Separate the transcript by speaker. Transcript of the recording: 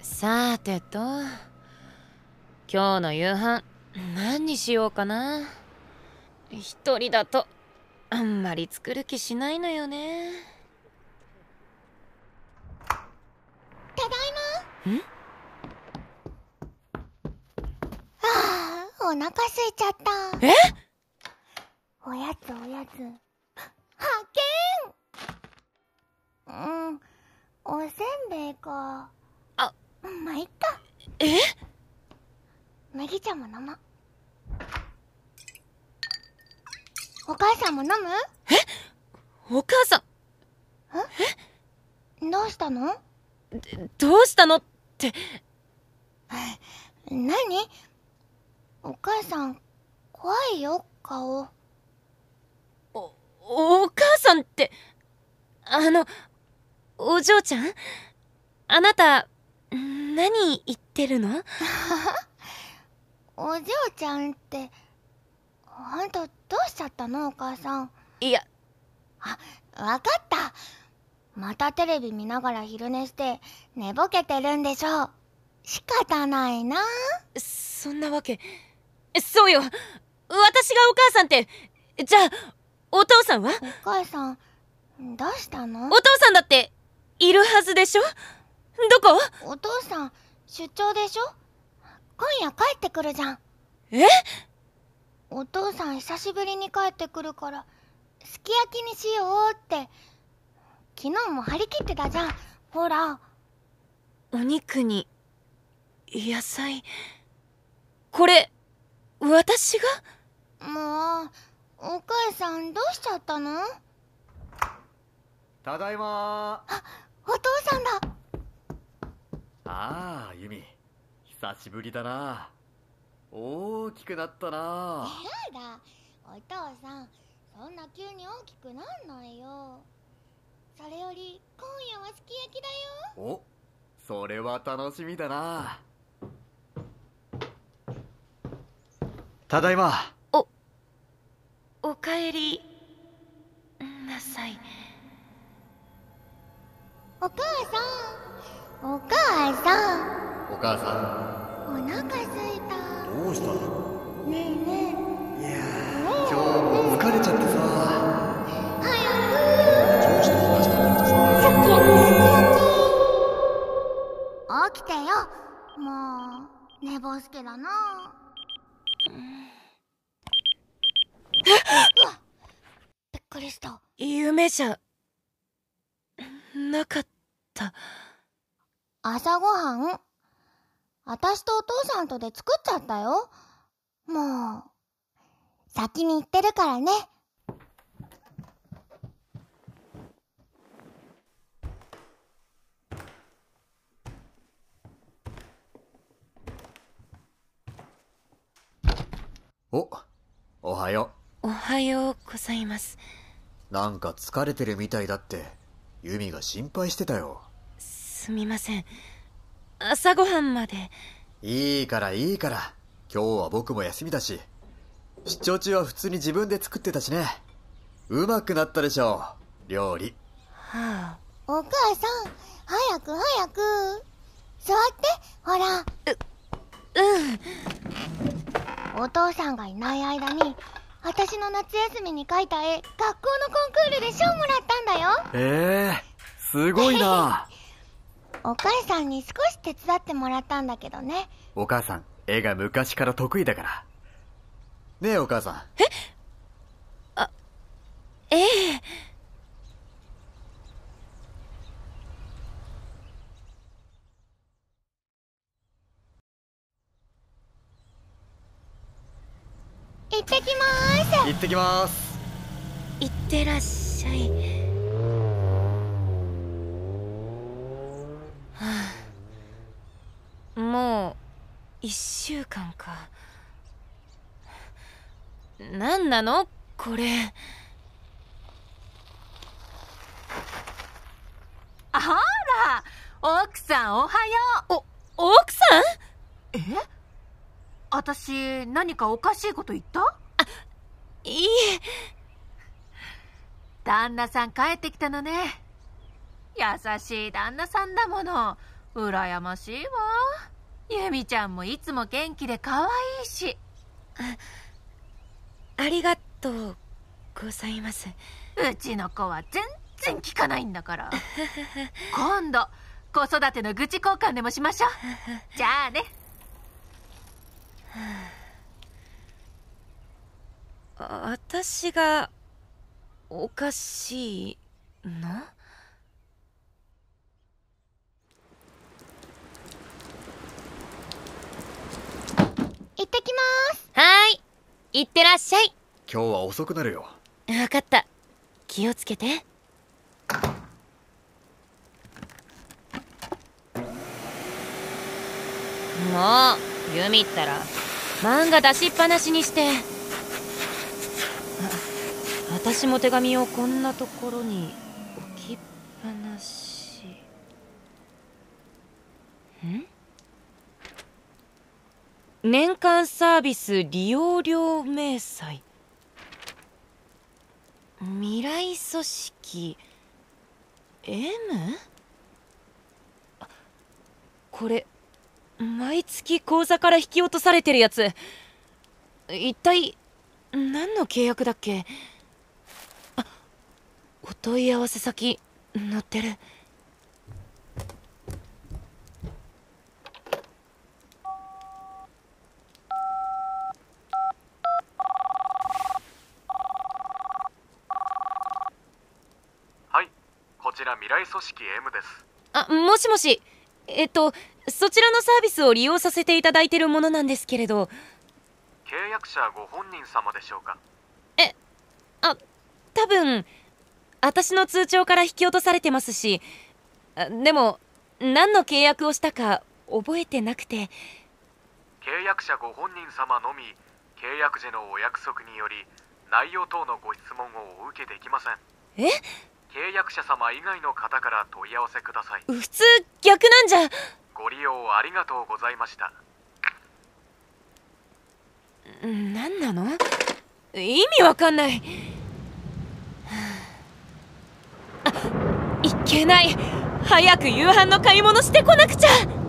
Speaker 1: さてと今日の夕飯何にしようかな一人だとあんまり作る気しないのよね
Speaker 2: ただいま
Speaker 1: ん
Speaker 2: ああお腹空いちゃった
Speaker 1: え
Speaker 2: おやつおやつ発見うんおせんべいか
Speaker 1: あ
Speaker 2: まあいっか
Speaker 1: え
Speaker 2: 麦茶も飲もうお母さんも飲
Speaker 1: お母さ
Speaker 2: むどうしたの
Speaker 1: んどうしたのって
Speaker 2: 何お母さん怖いよ顔
Speaker 1: おお母さんってあのお嬢ちゃんあなた何言ってるの
Speaker 2: お嬢ちゃんってほんとどうしちゃったのお母さん
Speaker 1: いや
Speaker 2: わかったまたテレビ見ながら昼寝して寝ぼけてるんでしょう仕方ないな
Speaker 1: そんなわけそうよ私がお母さんってじゃあお父さんは
Speaker 2: お母さんどうしたの
Speaker 1: お父さんだっているはずでしょどこ
Speaker 2: お父さん出張でしょ今夜帰ってくるじゃん
Speaker 1: え
Speaker 2: お父さん久しぶりに帰ってくるからすき焼きにしようって昨日も張り切ってたじゃんほら
Speaker 1: お肉に野菜これ私が
Speaker 2: もうお母さんどうしちゃったの
Speaker 3: ただいまー
Speaker 2: お父さんだ
Speaker 3: ああユミ久しぶりだな大きくなったな
Speaker 2: やだお父さんそんな急に大きくなんないよそれより今夜はすき焼きだよ
Speaker 3: おそれは楽しみだなただいま
Speaker 1: おかえりなさい
Speaker 2: お母さんお母さん
Speaker 3: お母さ
Speaker 2: お腹すいた
Speaker 3: んどうしたの
Speaker 2: ねえね
Speaker 3: いやー今日も疲れちゃってさ
Speaker 2: え早
Speaker 3: 上司と話してみると
Speaker 2: く
Speaker 3: さ
Speaker 2: すき焼きすき焼き起きてよもう寝坊してだなうわびっくりした
Speaker 1: 夢じゃなかった
Speaker 2: 朝ごはん私とお父さんとで作っちゃったよもう先に行ってるからね
Speaker 3: おおはよ
Speaker 1: おはようございます
Speaker 3: うなんか疲れてるみたいだってユミが心配してたよ
Speaker 1: すみません朝ごはんまで
Speaker 3: いいからいいから今日は僕も休みだし出張中は普通に自分で作ってたしねうまくなったでしょう料理
Speaker 1: はあ
Speaker 2: お母さん早く早く座ってほら
Speaker 1: うん
Speaker 2: お父さんがいない間に私の夏休みに描いた絵学校のコンクールで賞もらったんだよ
Speaker 3: ええすごいな
Speaker 2: お母さんに少し手伝ってもらったんだけどね
Speaker 3: お母さん絵が昔から得意だからねえお母さ
Speaker 1: ええ
Speaker 2: 行ってきまー
Speaker 3: ん
Speaker 2: す
Speaker 3: 行ってきます
Speaker 1: いってらっしゃい、はあ、もう一週間か何なのこれ
Speaker 4: あら奥さんおはよう
Speaker 1: お奥さん
Speaker 4: え私何かおかしいこと言った
Speaker 1: いい
Speaker 4: 旦那さん帰ってきたのね優しい旦那さんだもの羨ましいわゆみちゃんもいつも元気で可愛いし
Speaker 1: ありがとうございます
Speaker 4: うちの子は全然聞かないんだから今度子育ての愚痴交換でもしましょうじゃあね
Speaker 1: あ私がおかしいの
Speaker 2: 行ってきます
Speaker 1: はーい行ってらっしゃい
Speaker 3: 今日は遅くなるよ
Speaker 1: わかった気をつけてもうユミったら漫画出しっぱなしにしてあ私も手紙をこんなところに置きっぱなしん年間サービス利用料明細未来組織 M? あこれ毎月口座から引き落とされてるやつ一体何の契約だっけあお問い合わせ先載ってる
Speaker 5: はい、こちら未来組織 M です。
Speaker 1: あもしもしえっとそちらのサービスを利用させていただいてるものなんですけれど
Speaker 5: 契約者ご本人様でしょうか
Speaker 1: 多分私の通帳から引き落とされてますしあでも何の契約をしたか覚えてなくて
Speaker 5: 契約者ご本人様のみ、契約時のお約束により、内容等のご質問をお受けできません。
Speaker 1: え
Speaker 5: 契約者様以外の方から問い合わせください。
Speaker 1: 普通逆なんじゃ
Speaker 5: ご利用ありがとうございました。
Speaker 1: 何なの意味わかんないはああいけない早く夕飯の買い物してこなくちゃ